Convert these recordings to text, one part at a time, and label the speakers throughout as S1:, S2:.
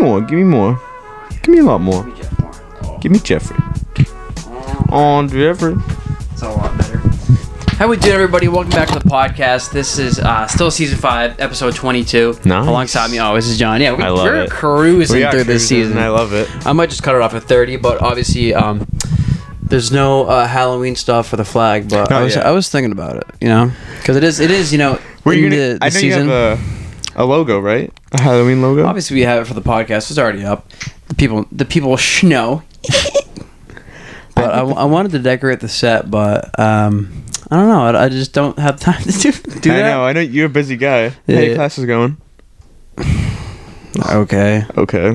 S1: more. Give me more. Give me a lot more.
S2: Give me Jeff Moore.
S1: Give me Jeffrey. On Jeffrey.
S2: It's a lot better. How we doing, everybody? Welcome back to the podcast. This is uh, still season five, episode twenty-two.
S1: Nice.
S2: Alongside me, always is John. Yeah, we,
S1: I love
S2: we're
S1: it.
S2: cruising
S1: We got
S2: through this
S1: cruising,
S2: season.
S1: I love it.
S2: I might just cut it off at thirty, but obviously, um, there's no uh, Halloween stuff for the flag. But
S1: Not
S2: I was
S1: yet.
S2: I was thinking about it, you know, because it is it is you know
S1: Were you
S2: in
S1: gonna?
S2: the, the
S1: I know
S2: season.
S1: you have a, a logo, right? A Halloween logo.
S2: obviously, we have it for the podcast. It's already up. The people the people sh- know. but I, I wanted to decorate the set, but um, I don't know. I, I just don't have time to do, do
S1: I
S2: that.
S1: know. I know you're a busy guy. How
S2: Yeah.
S1: your class is going?
S2: Okay.
S1: Okay.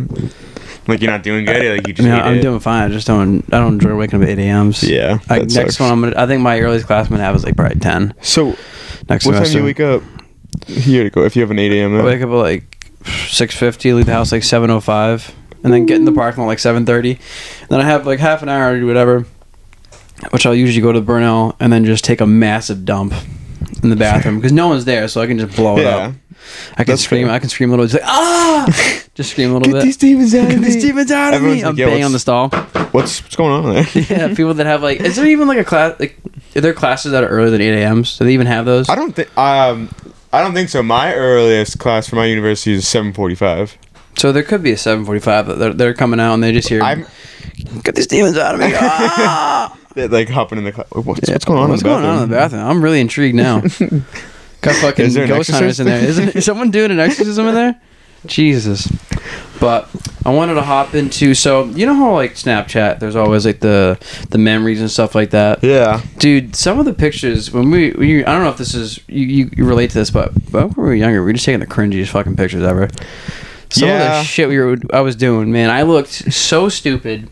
S1: Like you're not doing good. Like you just.
S2: No,
S1: hate
S2: I'm
S1: it.
S2: doing fine. I just don't. I don't enjoy waking up at 8 a.m.
S1: Yeah, that
S2: I, next
S1: sucks.
S2: one, I'm gonna. I think my earliest class I'm gonna have is like probably 10
S1: So
S2: next
S1: what time do
S2: semester.
S1: you wake up? Here to go. If you have an 8 a.m.
S2: I wake up at like 6:50, leave the house like 7:05, and then get in the parking lot like 7:30. Then I have like half an hour to do whatever, which I'll usually go to Burnell and then just take a massive dump in the bathroom because no one's there, so I can just blow it
S1: yeah.
S2: up. I can
S1: that's
S2: scream.
S1: fair.
S2: I can scream a little. Just like ah, just scream a little
S1: Get
S2: bit.
S1: these demons out of
S2: Get
S1: me.
S2: these demons out of
S1: Everyone's
S2: me! I'm
S1: like, yo,
S2: banging on the
S1: what's-
S2: stall.
S1: What's what's going on there?
S2: yeah, people that have like, is there even like a class? Like, are there classes that are earlier than eight a.m.? Do they even have those?
S1: I don't think um I don't think so. My earliest class for my university is 7:45.
S2: So there could be a seven forty-five that they're, they're coming out and they just hear,
S1: I'm
S2: "Get these demons out of me!" Ah!
S1: they're, like hopping in the class. What's, what's going on?
S2: What's
S1: in the
S2: going on in the bathroom? I'm really intrigued now. Got fucking
S1: Is there an
S2: ghost hunters in
S1: exorcist?
S2: there. Isn't is someone doing an exorcism in there? Jesus. But I wanted to hop into so you know how like Snapchat, there's always like the the memories and stuff like that.
S1: Yeah.
S2: Dude, some of the pictures when we, we I don't know if this is you, you, you relate to this, but but when we were younger, we were just taking the cringiest fucking pictures ever. Some of
S1: Yeah.
S2: the shit we were I was doing, man, I looked so stupid.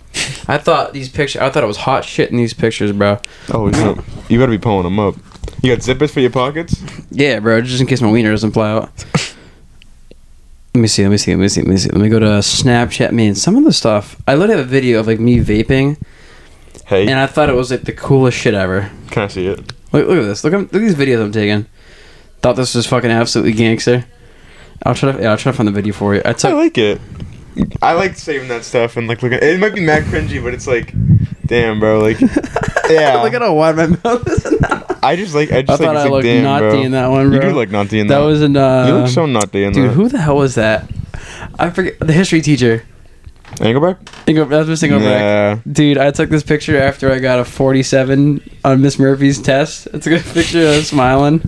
S2: I thought these pictures, I thought it was hot shit in these pictures, bro.
S1: Oh, shit. you better be pulling them up. You got zippers for your pockets?
S2: Yeah, bro, just in case my wiener doesn't fly out. Let me see, let me see, let me see, let me see. Let me go to Snapchat. Man, some of the stuff. I literally have a video of like me vaping,
S1: Hey,
S2: and I thought it was like the coolest shit ever.
S1: can I see it?
S2: Look, look at this. Look, at, look at these videos I'm taking. Thought this was fucking absolutely gangster. I'll try to, yeah, I'll try to find the video for you. I
S1: I
S2: took,
S1: like it. I like saving that stuff and like looking. It might be mad cringy, but it's like, damn, bro. Like, yeah.
S2: look at how wide my mouth is. now.
S1: I just like. I
S2: I
S1: just
S2: thought
S1: like. it's
S2: I
S1: like,
S2: looked
S1: damn,
S2: naughty
S1: bro.
S2: in that one,
S1: You
S2: bro.
S1: do look naughty in
S2: that
S1: that.
S2: was in, uh,
S1: you look so naughty in
S2: dude,
S1: that.
S2: who the hell was that? I forget, the history teacher.
S1: Engelbert?
S2: Ingo, that was Ingo Brecht.
S1: Yeah.
S2: Dude, I took this picture after I got a 47 on Miss Murphy's test. It's a good picture of smiling.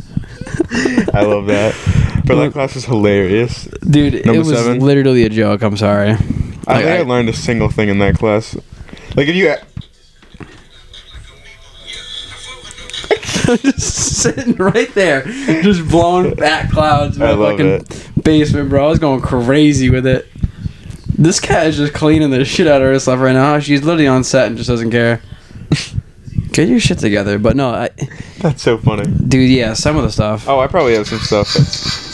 S1: I love that. But that class is hilarious.
S2: Dude, it
S1: Number
S2: was
S1: seven.
S2: literally a joke. I'm sorry.
S1: I
S2: Like,
S1: think I,
S2: I-
S1: learned a single thing in that class. Like if you
S2: just sitting right there, just blowing fat clouds in my
S1: I love
S2: fucking basement, bro. I was going crazy with it. This cat is just cleaning the shit out of herself right now. She's literally on set and just doesn't care. Get your shit together. But no, I,
S1: that's so funny.
S2: dude, yeah, some of the stuff.
S1: Oh, I probably have some stuff.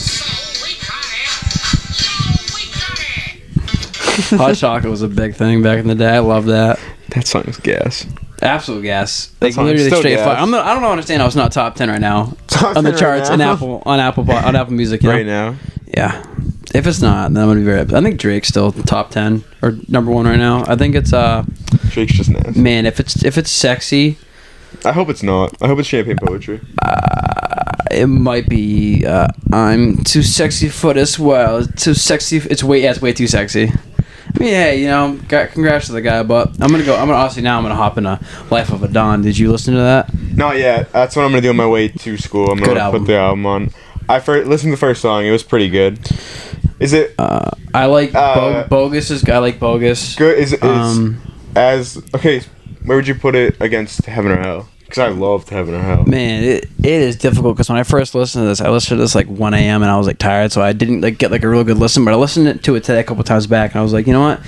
S1: That's,
S2: Hot chocolate was a big thing back in the day. I love that.
S1: that song's gas.
S2: Absolute gas.
S1: That
S2: Like
S1: song's
S2: literally
S1: still
S2: straight
S1: gas.
S2: fire. I'm not, I don't understand how it's not top ten right now on the charts on Apple on Apple Po- on Apple Music. You know?
S1: Right now.
S2: Yeah. If it's not, then I'm gonna be very. upset. I think Drake's still top ten or number one right now. I think it's uh
S1: Drake's just nasty.
S2: man. If it's if it's sexy,
S1: I hope it's not. I hope it's champagne poetry.
S2: it might be. Uh, I'm too sexy for this world. Too sexy. It's way. Yeah, it's way too sexy. I mean, hey, you know, got, congrats to the guy. But I'm gonna go. I'm gonna honestly now. I'm gonna hop in a Life of a Don. Did you listen to that?
S1: Not yet. That's what I'm gonna do on my way to school. I'm
S2: Good
S1: gonna
S2: album.
S1: put the album on. I first listened to the first song. It was pretty good. Is it
S2: Uh, I like
S1: Uh,
S2: Bo- Bogus. Is I like Bogus.
S1: good? Is it
S2: Um,
S1: as okay? Where would you put it against Heaven or Hell? Because I loved Heaven or Hell.
S2: Man, it, it is difficult because when I first listened to this, I listened to this like 1 a.m. and I was like tired, so I didn't like get like a real good listen. But I listened to it today a couple times back, and I was like, you know what,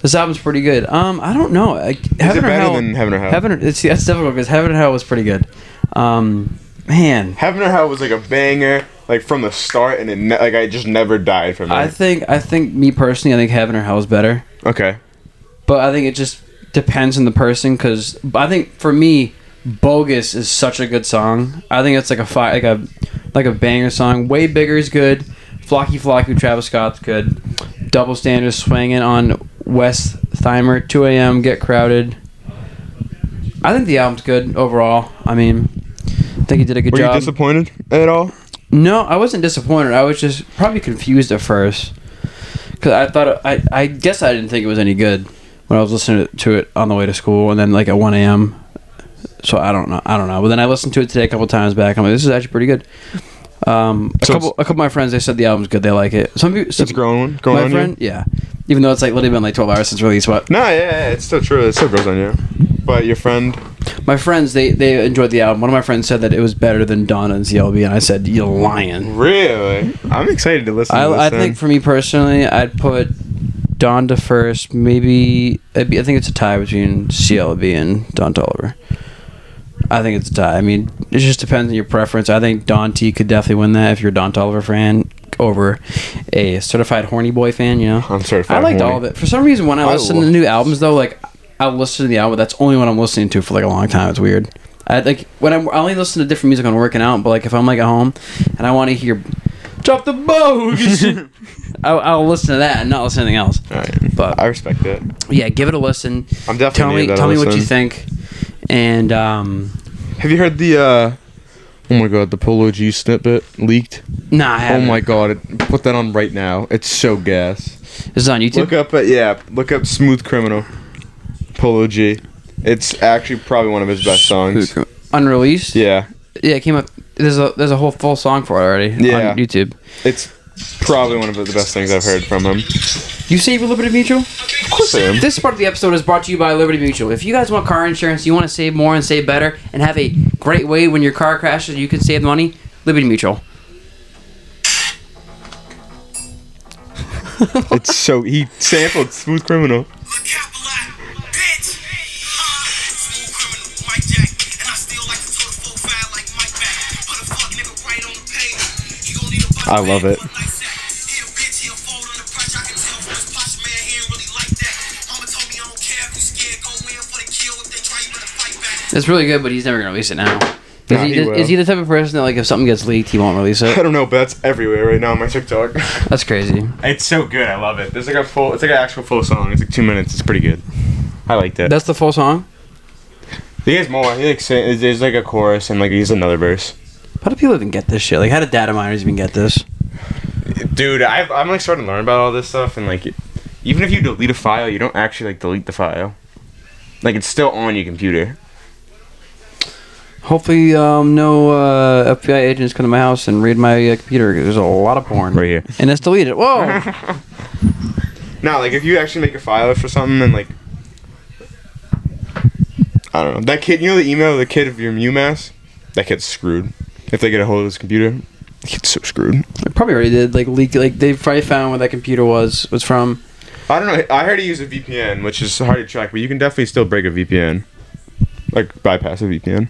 S2: this album's pretty good. Um, I don't know. Like,
S1: Is it
S2: Heaven or
S1: better
S2: Hell,
S1: than Heaven or Hell?
S2: Heaven, it's that's difficult because Heaven or Hell was pretty good. Um, man,
S1: Heaven or Hell was like a banger, like from the start, and it ne- like I just never died from it.
S2: I think I think me personally, I think Heaven or Hell is better.
S1: okay,
S2: but I think it just depends on the person because I think for me, "Bogus" is such a good song. I think it's like a fi- like a like a banger song. "Way Bigger" is good. "Flocky Flocky" with Travis Scott's good. double standards swinging on West Thymer, 2 a.m. Get crowded. I think the album's good overall. I mean, I think he did a good
S1: Were
S2: job.
S1: you disappointed at all?
S2: No, I wasn't disappointed. I was just probably confused at first because I thought I I guess I didn't think it was any good when I was listening to it on the way to school and then like at one a.m. So I don't know. I don't know. But then I listened to it today a couple times back. I'm like, this is actually pretty good. Um, a
S1: So
S2: couple
S1: it's-
S2: a couple of my friends they said the album's good. They like it. Some people. Some,
S1: It's growing, growing
S2: my
S1: on
S2: friend, yeah. Even though it's like literally been like 12 hours since release, but
S1: you. No, yeah, yeah, it's still true. It still grows on you. But your friend,
S2: my friends they they enjoyed the album. One of my friends said that it was better than Donna and ZLB, and I said you're lying.
S1: really? I'm excited to listen. to this
S2: I, I
S1: then.
S2: think for me personally, I'd put Donda first. Maybe it'd be, I think it's a tie between CLB and Don Tolliver. I think it's a tie. I mean, it just depends on your preference. I think Don T could definitely win that if you're a Don Tolliver fan over a certified horny boy fan. You know,
S1: I'm certified.
S2: I liked
S1: horny.
S2: all of it. For some reason, when I
S1: I
S2: listen to
S1: love-
S2: new albums, though, like I listen to the album. That's only what I'm listening to for like a long time. It's weird. I like when I'm, I only listen to different music when I'm working out. But like if I'm like at home and I want to hear "Drop the Bogus," I'll, I'll listen to that and not listen to anything else.
S1: All right.
S2: But-
S1: I respect it.
S2: Yeah, give it a listen.
S1: I'm definitely
S2: Tell me,
S1: gonna
S2: tell me what
S1: listen.
S2: you think. And um,
S1: Have you heard the? uh Oh my god, the Polo G snippet leaked.
S2: nah, I
S1: Oh
S2: haven't.
S1: my god, it, put that on right now. It's so gas.
S2: this is on YouTube.
S1: Look up, uh, yeah, look up "Smooth Criminal," Polo G. It's actually probably one of his best songs.
S2: Unreleased.
S1: Yeah,
S2: yeah, it came up. There's a there's a whole full song for it already
S1: Yeah.
S2: on YouTube.
S1: it's probably one of the best things I've heard from him.
S2: You save your Liberty Mutual.
S1: Of course I am.
S2: This part of the episode is brought to you by Liberty Mutual. If you guys want car insurance, you want to save more and save better, and have a great way when your car crashes, you can save money. Liberty Mutual.
S1: It's so he sampled "Smooth Criminal."
S3: Look out a lot, bitch. Uh, smooth criminal, Mike Jack, and I still like to tote a full file like Mike back. Put a fuck nigga right on the page. He gon' need a body
S1: I love
S3: bag
S1: it.
S3: for a night sack. He a bitch, he'll fold under pressure. I can tell from his posture, man, he ain't really like that. Mama told me I don't care if you scared. Go in for the kill. If they try, you better fight back.
S2: It's really good, but he's never gonna release it now. Is,
S1: Nah,
S2: he,
S1: he
S2: is-
S1: will.
S2: is he the type of person that like if something gets leaked, he won't release
S1: I
S2: it?
S1: don't know, but that's everywhere right now on my TikTok.
S2: That's crazy.
S1: It's so good. I love it. There's like a full. It's like an actual full song. It's like two minutes. It's pretty good. I liked it.
S2: That's the full song.
S1: He has more. He like sing, there's like a chorus and like he's another verse.
S2: How do people even get this shit? Like, how did data miners even get this?
S1: Dude, I've, I'm like starting to learn about all this stuff and like, even if you delete a file, you don't actually like delete the file. Like it's still on your computer.
S2: Hopefully, um, no uh, FBI agents come to my house and read my uh, computer. 'cause There's a lot of porn
S1: Right here.
S2: and it's deleted. Whoa.
S1: No, like if you actually make a file for something and like, I don't know. That kid, you know the email of the kid of your UMass. That kid's screwed. If they get a hold of his computer, the kid's so screwed.
S2: They probably already did. Like leak. Like they probably found where that computer was was from.
S1: I don't know. I heard he used a VPN, which is hard to track, but you can definitely still break a VPN, like bypass a VPN.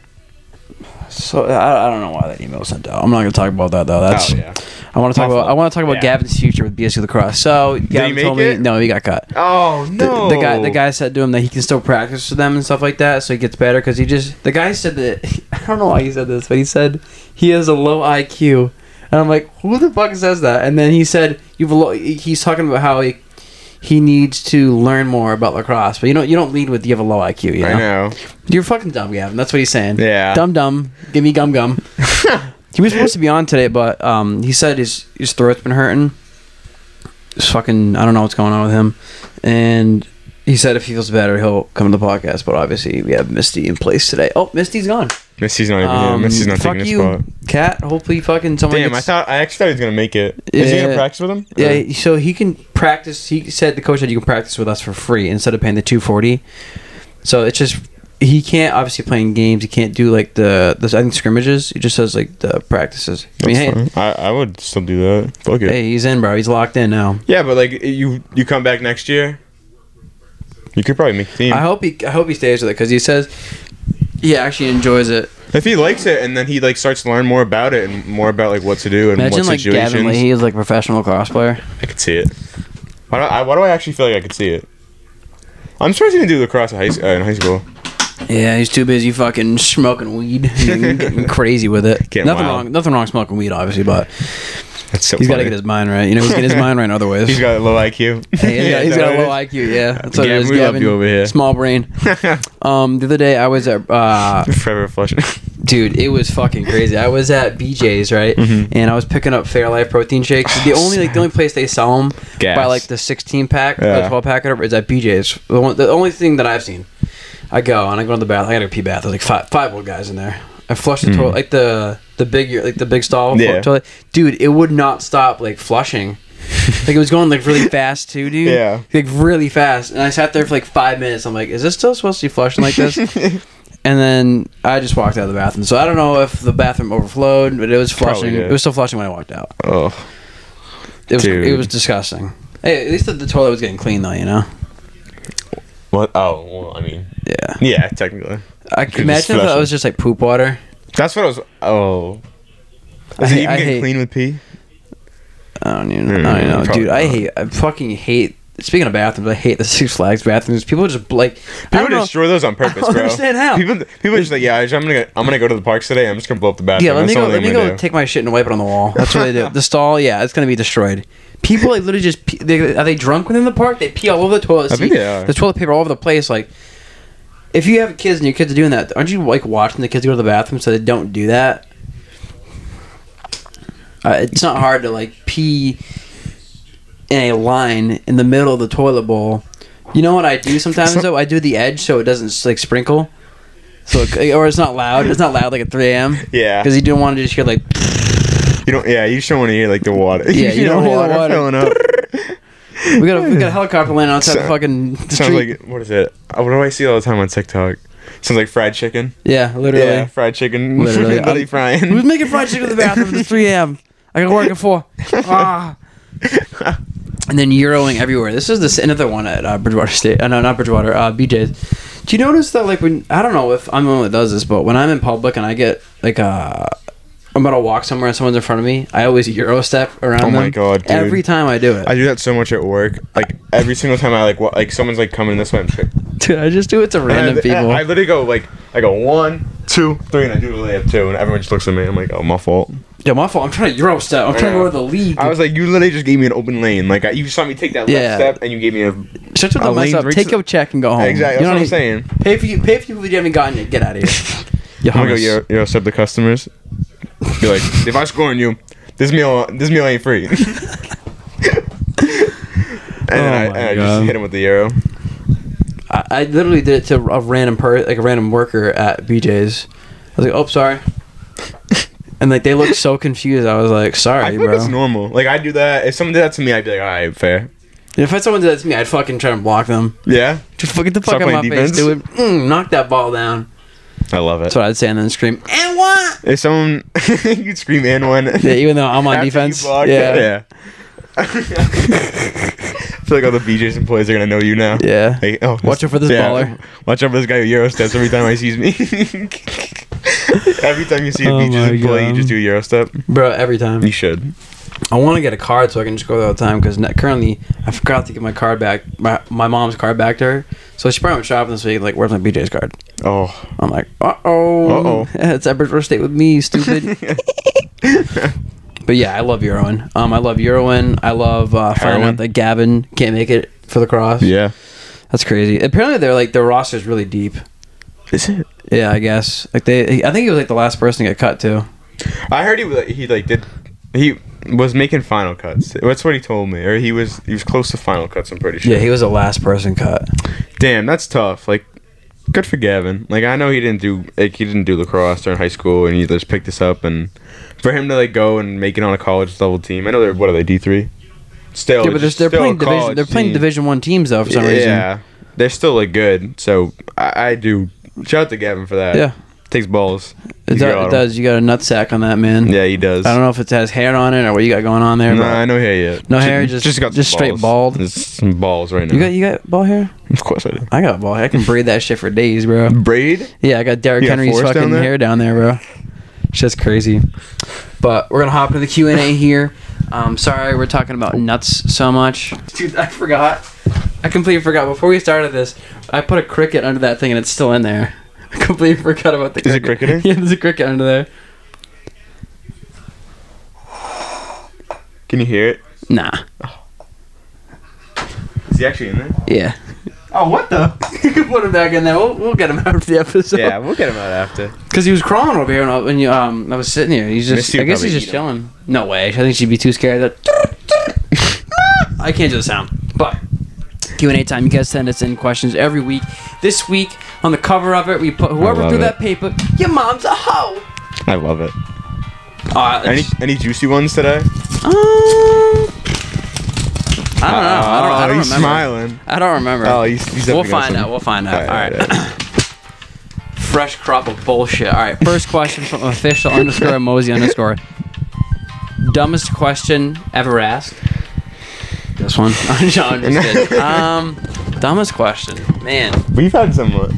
S2: So I, I don't know why that email was sent out. I'm not gonna talk about that though. That's.
S1: oh yeah.
S2: I want to talk
S1: My
S2: about. I
S1: fault.
S2: want to talk about
S1: Yeah.
S2: Gavin's future with BSU lacrosse. So Gavin
S1: make
S2: told me
S1: it?
S2: no, he got cut.
S1: Oh
S2: The,
S1: no.
S2: the guy, the guy said to him that he can still practice with them and stuff like that, so he gets better because he just. The guy said that I don't know why he said this, but he said he has a low IQ, and I'm like, who the fuck says that? And then he said you've a low. He's talking about how he he needs to learn more about lacrosse, but you don't you don't lead with you have a low IQ. You
S1: I know.
S2: You're fucking dumb, Gavin. That's what he's saying.
S1: Yeah.
S2: Dumb, dumb. Give me gum, gum. he was supposed to be on today, but um, he said his his throat's been hurting. It's fucking. I don't know what's going on with him, and he said if he feels better, he'll come to the podcast. But obviously, we have Misty in place today. Oh, Misty's gone.
S1: Missy's not even
S2: Um,
S1: here. Missy's not
S2: fuck
S1: taking
S2: you,
S1: his spot.
S2: Cat. Hopefully, fucking someone.
S1: Damn, I
S2: gets-
S1: thought I actually thought he was gonna make it. Is he
S2: Yeah.
S1: gonna practice with him? Or-
S2: Yeah, so he can practice. He said the coach said you can practice with us for free instead of paying the two forty. So it's just he can't obviously play in games. He can't do like the, the I think scrimmages. He just does like the practices. I mean,
S1: That's
S2: hey,
S1: fine. I, I would still do that. Fuck it.
S2: hey, he's in, bro. He's locked in now.
S1: Yeah, but like you you come back next year, you could probably make the team
S2: I hope he I hope he stays with it because he says he actually enjoys it.
S1: if he likes it, and then he like starts to learn more about it and more about like what to do and
S2: Imagine
S1: what
S2: like
S1: situations.
S2: Gavin Lee is like a professional cross player.
S1: I could see it. Why do I, why do I actually feel like I could see it? I'm surprised he didn't do lacrosse at high, s- uh, in high school.
S2: Yeah, he's too busy fucking smoking weed and getting crazy with it.
S1: Getting
S2: nothing
S1: wild.
S2: wrong. Nothing wrong smoking weed, obviously, but
S1: That's so
S2: He's got to
S1: funny.
S2: get his mind right. You know, he's getting his mind right other ways.
S1: He's got a low IQ.
S2: Hey, he's got, he's
S1: Is that
S2: got a
S1: what it
S2: low
S1: is?
S2: IQ. Yeah, that's what it
S1: Gavin,
S2: is.
S1: we love
S2: Gavin.
S1: you over here.
S2: Small brain. Um, the other day I was at, uh,
S1: Forever flushing.
S2: dude, it was fucking crazy. I was at BJ's right,
S1: Mm-hmm.
S2: and I was picking up Fairlife protein shakes. The only like the only place they sell them
S1: Oh, Gas.
S2: by like the 16 pack, or the
S1: Yeah.
S2: 12 pack, or whatever, is at BJ's. The, one, the only thing that I've seen, I go and I go in the bath. I got to pee bath. There's like five five old guys in there. I flushed the toilet, like the the big like the big stall
S1: Mm. Yeah.
S2: toilet. Dude, it would not stop like flushing. like it was going like really fast too, dude.
S1: Yeah.
S2: Like really fast. And I sat there for like five minutes. I'm like, is this still supposed to be flushing like this? and then I just walked out of the bathroom. So I don't know if the bathroom overflowed, but it was
S1: Probably
S2: flushing.
S1: did.
S2: It was still flushing when I walked out.
S1: oh,
S2: It was
S1: Dude.
S2: it was disgusting. Hey, at least the, the toilet was getting clean though, you know?
S1: what? Oh, well, I mean,
S2: Yeah.
S1: yeah, technically.
S2: I
S1: just
S2: imagine if
S1: flush
S2: that
S1: it.
S2: was just like poop water.
S1: That's what I was. Oh,
S2: I
S1: does
S2: hate-
S1: it
S2: I
S1: even get
S2: hate-
S1: clean with pee?
S2: I don't even
S1: Mm,
S2: I don't know.
S1: probably
S2: Dude, I
S1: not.
S2: hate I fucking hate speaking of bathrooms, I hate the Six Flags bathrooms. People just like I
S1: People
S2: don't know.
S1: destroy those on purpose,
S2: don't
S1: bro.
S2: understand how.
S1: People, people are just like, yeah, I'm gonna, I'm gonna go to the parks today. I'm just gonna blow up the bathroom.
S2: Yeah, let
S1: That's
S2: me
S1: the
S2: go.
S1: only
S2: Let me
S1: thing I'm
S2: go
S1: gonna do.
S2: take my shit and wipe it on the wall. That's what they do. The stall, yeah, it's gonna be destroyed. People like literally just pee, they, are they drunk within the park? They pee all over the toilet
S1: I
S2: seat.
S1: think they are.
S2: The toilet paper all over the place. Like, if you have kids and your kids are doing that, aren't you like watching the kids go to the bathroom so they don't do that? Uh, it's not hard to like pee in a line in the middle of the toilet bowl. You know what I do sometimes though? I do the edge so it doesn't like sprinkle. So it, or it's not loud. It's not loud like at 3 a.m.
S1: Yeah,
S2: Because you do not want to just hear like,
S1: you don't. Yeah, you just don't want to hear like the water.
S2: Yeah, you don't hear the water.
S1: filling up.
S2: we got a we got a helicopter land outside the
S1: So-
S2: fucking the
S1: Sounds
S2: street.
S1: like what is it? Uh, What do I see all the time on TikTok? Sounds like fried chicken.
S2: yeah, literally.
S1: Yeah, fried chicken.
S2: Literally.
S1: Literally
S2: I'm- Who's
S1: frying.
S2: making fried chicken in the bathroom at 3 a.m.? I got work at 4. Ah. And then Euroing everywhere. This is this another one at uh, Bridgewater State. Uh, no, not Bridgewater. Uh, BJ's. Do you notice that like when I don't know if I'm the one that does this, but when I'm in public and I get like uh, I'm about to walk somewhere and someone's in front of me, I always Euro step around.
S1: Oh my
S2: them.
S1: God, dude.
S2: Every time I do it,
S1: I do that so much at work. Like every single time I like, wa- like someone's like coming this way. I'm just like,
S2: dude, I just do it to random
S1: I,
S2: people.
S1: I literally go like, I go one, two, three, and I do the layup too, and everyone just looks at me. I'm like, oh, my fault.
S2: Yo, my fault. I'm trying to Euro step. I'm trying to
S1: Yeah.
S2: go to the league.
S1: I was like, you literally just gave me an open lane. Like I, you saw me take that
S2: Yeah.
S1: left step, and you gave me a
S2: Shut your
S1: I'll
S2: dumb ass
S1: lean
S2: up.
S1: right
S2: Take
S1: to-
S2: your check and go home.
S1: exactly.
S2: You
S1: That's
S2: know
S1: what I'm
S2: I mean?
S1: saying.
S2: Pay for you. Pay for people you haven't gotten it. Get out of here. You
S1: I'm gonna go
S2: hummus.
S1: Euro, Euro step the customers. Be like, if I score on you, this meal, this meal ain't free. and then I,
S2: Oh
S1: and
S2: my
S1: I
S2: God.
S1: just hit him with the Euro.
S2: I, I literally did it to a random per like a random worker at BJ's. I was like, oh, sorry. and like they looked so confused. I was like,
S1: I
S2: sorry,
S1: feel like
S2: bro.
S1: it's normal. Like I do that. If someone did that to me, I'd be like, all right, fair.
S2: if I had someone did that to me, I'd fucking try and block them.
S1: Yeah,
S2: Just fuck- get the fuck
S1: Start
S2: out of my
S1: playing
S2: face,
S1: defense?
S2: dude. Mm, knock that ball down.
S1: I love it.
S2: That's what I'd say, and then scream. And what?
S1: If someone you'd scream in one.
S2: Yeah, even though I'm on
S1: after you
S2: defense.
S1: block,
S2: yeah. yeah.
S1: yeah. I feel like all the BJ's employees are gonna know you now. Hey, oh,
S2: Watch out for this baller.
S1: Watch out for this guy who euro steps every time he sees me. every time you see a
S2: Oh
S1: BJ's
S2: my
S1: employee,
S2: God.
S1: you just do a euro step.
S2: bro. Every time.
S1: You should.
S2: I want to get a card so I can just go there all the time because currently I forgot to get my card back, my, my mom's card back to her. So she probably went shopping this week. Like, where's my BJ's card?
S1: Oh,
S2: I'm like, uh oh,
S1: Uh-oh.
S2: it's at Bridgewater State with me, stupid. but yeah, I love Euroin. Um, I love Euroin. I love uh, finding
S1: Heroin?
S2: out that Gavin can't make it for the cross.
S1: yeah.
S2: that's crazy. Apparently, they're like their roster's really deep.
S1: Is it?
S2: Yeah, I guess. Like they, I think he was like the last person to get cut too.
S1: I heard he was- he like did he was making final cuts. That's what he told me, or he was he was close to final cuts. I'm pretty sure.
S2: Yeah, he was the last person cut.
S1: Damn, that's tough. Like, good for Gavin. Like, I know he didn't do like he didn't do lacrosse during high school, and he just picked this up. And for him to like go and make it on a college level team, I know they're what are they D three? Still,
S2: Yeah, but
S1: Oh,
S2: they're,
S1: it's still
S2: they're
S1: a
S2: playing division.
S1: college
S2: They're playing
S1: team.
S2: Division One teams though for some reason.
S1: Yeah, they're still like good. So I, I do shout out to Gavin for that.
S2: Yeah.
S1: takes balls.
S2: It,
S1: You
S2: do,
S1: got
S2: it
S1: him.
S2: does. You got a nut sack on that man.
S1: Yeah, he does.
S2: I don't know if it has hair on it or what you got going on there.
S1: No,
S2: but
S1: I no hair yet.
S2: No
S1: Ju-
S2: hair, just-
S1: some
S2: just straight
S1: balls.
S2: bald?
S1: Just some balls right now.
S2: You got you got ball hair.
S1: of course I do.
S2: I got ball hair. I can braid that shit for days, bro.
S1: Braid.
S2: Yeah, I got Derrick
S1: You got
S2: Henry's
S1: forest
S2: fucking
S1: down there?
S2: hair down there, bro. Shit's crazy. But we're gonna hop into the Q and A here. Um, sorry, we're talking about nuts so much, dude. I forgot. I completely forgot. Before we started this, I put a cricket under that thing and it's still in there. I completely forgot about the.
S1: Is it cricketing?
S2: yeah, there's a cricket under there.
S1: Can you hear it?
S2: Nah.
S1: Is he actually in there?
S2: Yeah.
S1: Oh, what the?
S2: You can put him back in there. We'll, we'll get him out of the episode.
S1: yeah, we'll get him out after.
S2: Because he was crawling over here, and I, and you, um, I was sitting here. He's just.
S1: Misty would
S2: I guess he's
S1: probably
S2: just
S1: eat him.
S2: chilling. No way. I think she'd be too scared. That. I can't do the sound. But Q and A time. You guys send us in questions every week. This week on the cover of it, we put whoever
S1: love
S2: threw
S1: it.
S2: that paper. Your mom's a hoe.
S1: I love it.
S2: Uh,
S1: Any any juicy ones today?
S2: um, I don't know. I don't, I
S1: Oh,
S2: don't
S1: he's
S2: remember.
S1: smiling.
S2: I don't remember.
S1: Oh, he's, he's
S2: we'll
S1: definitely got
S2: find
S1: some-
S2: out. We'll find out. All right.
S1: all right.
S2: Fresh crop of bullshit. All right. First question from official underscore Mosey underscore. Dumbest question ever asked. This one. no, I'm just kidding. Um, dumbest question, man.
S1: We've had some uh,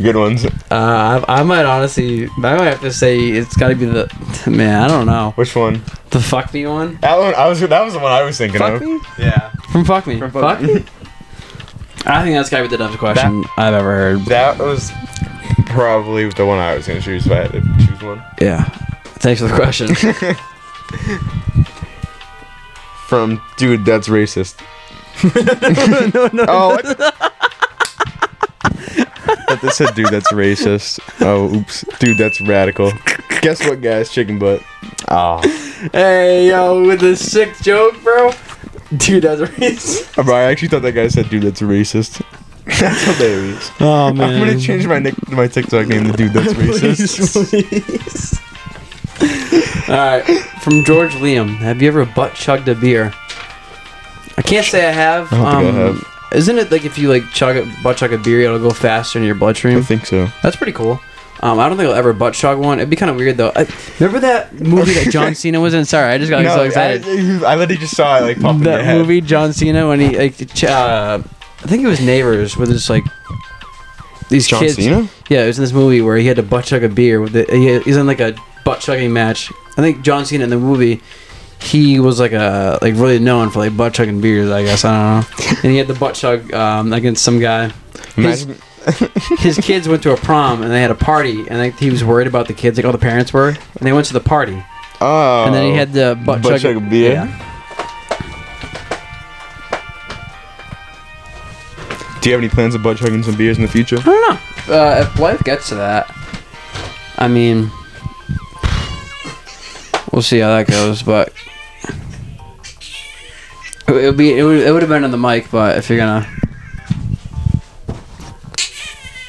S1: good ones.
S2: Uh, I, I might honestly, I might have to say it's got to be the man. I don't know
S1: Which one?
S2: the fuck me one
S1: That one. I was. That was the one I was thinking
S2: Fuck
S1: of.
S2: me?
S1: Yeah.
S2: from fuck me.
S1: Fuck me?
S2: I think that's got to be the dumbest question I've ever heard.
S1: That was probably the one I was gonna choose if I had to choose one.
S2: Yeah. Thanks for the question.
S1: From dude, that's racist. no, no. Oh. But this said, dude, that's racist. Oh, oops. Dude, that's radical. Guess what, guys? Chicken butt. Ah.
S2: Hey yo, with the sick joke, bro. Dude, that's racist.
S1: Uh, Bro, I actually thought that guy said, dude, that's racist. That's hilarious.
S2: Oh
S1: I'm gonna change my nick- my TikTok name to dude, that's racist.
S2: please. All right, from George Liam. Have you ever butt chugged a beer? I can't say I have.
S1: I don't
S2: um,
S1: think I have.
S2: Isn't it like if you like chug a, butt chug a beer, it'll go faster in your bloodstream?
S1: I think so.
S2: That's pretty cool. Um, I don't think I'll ever butt chug one. It'd be kind of weird though. I, remember that movie that John Cena was in? Sorry, I just got so excited.
S1: I, I literally just saw it like pop in my
S2: that
S1: head.
S2: movie John Cena when he like ch- uh, I think it was Neighbors with this like these
S1: John
S2: kids.
S1: Cena?
S2: Yeah, it was in this movie where he had to butt chug a beer with the, he, he's in like a butt chugging match. I think John Cena in the movie he was like a like really known for like butt chugging beers. I guess I don't know. and he had the butt chug um, against some guy. His,
S1: Imagine-
S2: his kids went to a prom and they had a party and like, he was worried about the kids like all the parents were and they went to the party
S1: Oh.
S2: and then he had the butt,
S1: butt
S2: chug,
S1: chug a beer?
S2: Yeah.
S1: Do you have any plans of butt chugging some beers in the future?
S2: I don't know. Uh, if life gets to that, I mean, we'll see how that goes. But it would be it would, it would have been on the mic. But if you're gonna,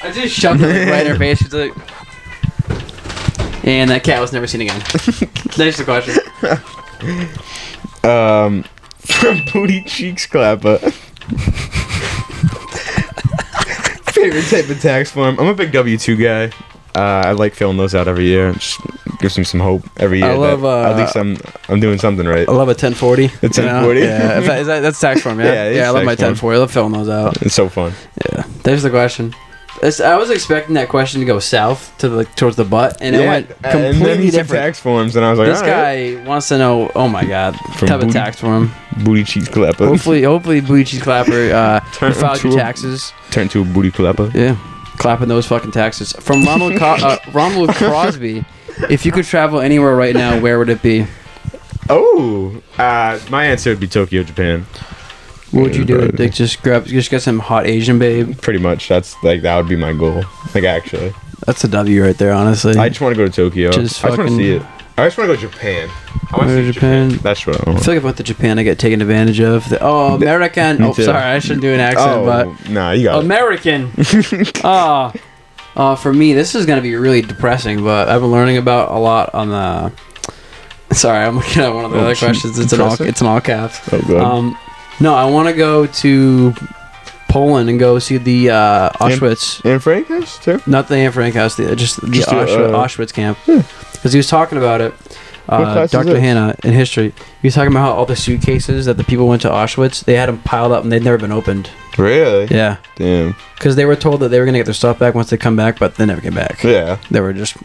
S2: I just shoved it like, right in her face. She's like, and that cat was never seen again. Thanks for the question.
S1: Um, from booty cheeks clapper. Favorite type of tax form. I'm a big W two guy. Uh, I like filling those out every year. It Just gives me some hope every year.
S2: I love,
S1: that
S2: uh,
S1: at least I'm I'm doing something right.
S2: I love a 1040.
S1: The 1040?
S2: Yeah, if that, is that, that's tax form.
S1: Yeah,
S2: Yeah,
S1: it
S2: yeah,
S1: is
S2: I love
S1: tax
S2: my
S1: form.
S2: 1040. I love filling those out.
S1: It's so fun.
S2: Yeah, there's the question. It's- I was expecting that question to go south to the towards the butt, and it went
S1: and then he
S2: completely
S1: said
S2: different.
S1: tax forms, and I was like,
S2: This
S1: all right,
S2: guy wants to know. Oh my god,
S1: From
S2: type of
S1: booty-
S2: tax for him.
S1: booty cheeks clapper.
S2: Hopefully, hopefully, Booty Cheese Clapper uh,
S1: Turn
S2: filed your
S1: to a-
S2: taxes.
S1: Turn to a booty clapper.
S2: Yeah, clapping those fucking taxes from Ronald Co- uh, Ronald Crosby. If you could travel anywhere right now, where would it be?
S1: Oh, uh, my answer would be Tokyo, Japan.
S2: What would you do? Like just grab, just get some hot Asian babe.
S1: Pretty much. That's like that would be my goal. Like actually,
S2: That's a W right there, honestly.
S1: I just want to go to Tokyo.
S2: Just
S1: I just want to
S2: fucking-
S1: see it. I just want to go to Japan. I want to
S2: Go to
S1: see
S2: Japan.
S1: Japan. That's what I
S2: I
S1: want.
S2: feel like if I went to Japan, I get taken advantage of. The, oh, American.
S1: Me
S2: Oh,
S1: too.
S2: sorry, I shouldn't do an accent,
S1: Oh, nah, you
S2: but
S1: got it.
S2: American. Ah, uh, for me, this is gonna be really depressing. But I've been learning about a lot on the. Sorry, I'm looking at one of the
S1: Oh,
S2: other
S1: it's
S2: questions. It's in all.
S1: depressing?
S2: It's in all caps.
S1: Oh god.
S2: Um, no, I want to go to Poland and go see the uh, Auschwitz.
S1: and Frank has too.
S2: Not the Anne Frank house, the, just the
S1: Just, uh,
S2: Auschwitz,
S1: uh,
S2: Auschwitz camp. Because he was talking about it, uh,
S1: class is
S2: Dr.
S1: this?
S2: Hannah in history. He was talking about how all the suitcases that the people went to Auschwitz, they had them piled up and they'd never been opened.
S1: Really?
S2: Yeah.
S1: Damn.
S2: Because they were told that they were going to get their stuff back once they come back, but they never came back.
S1: Yeah. Mm.
S2: They were just,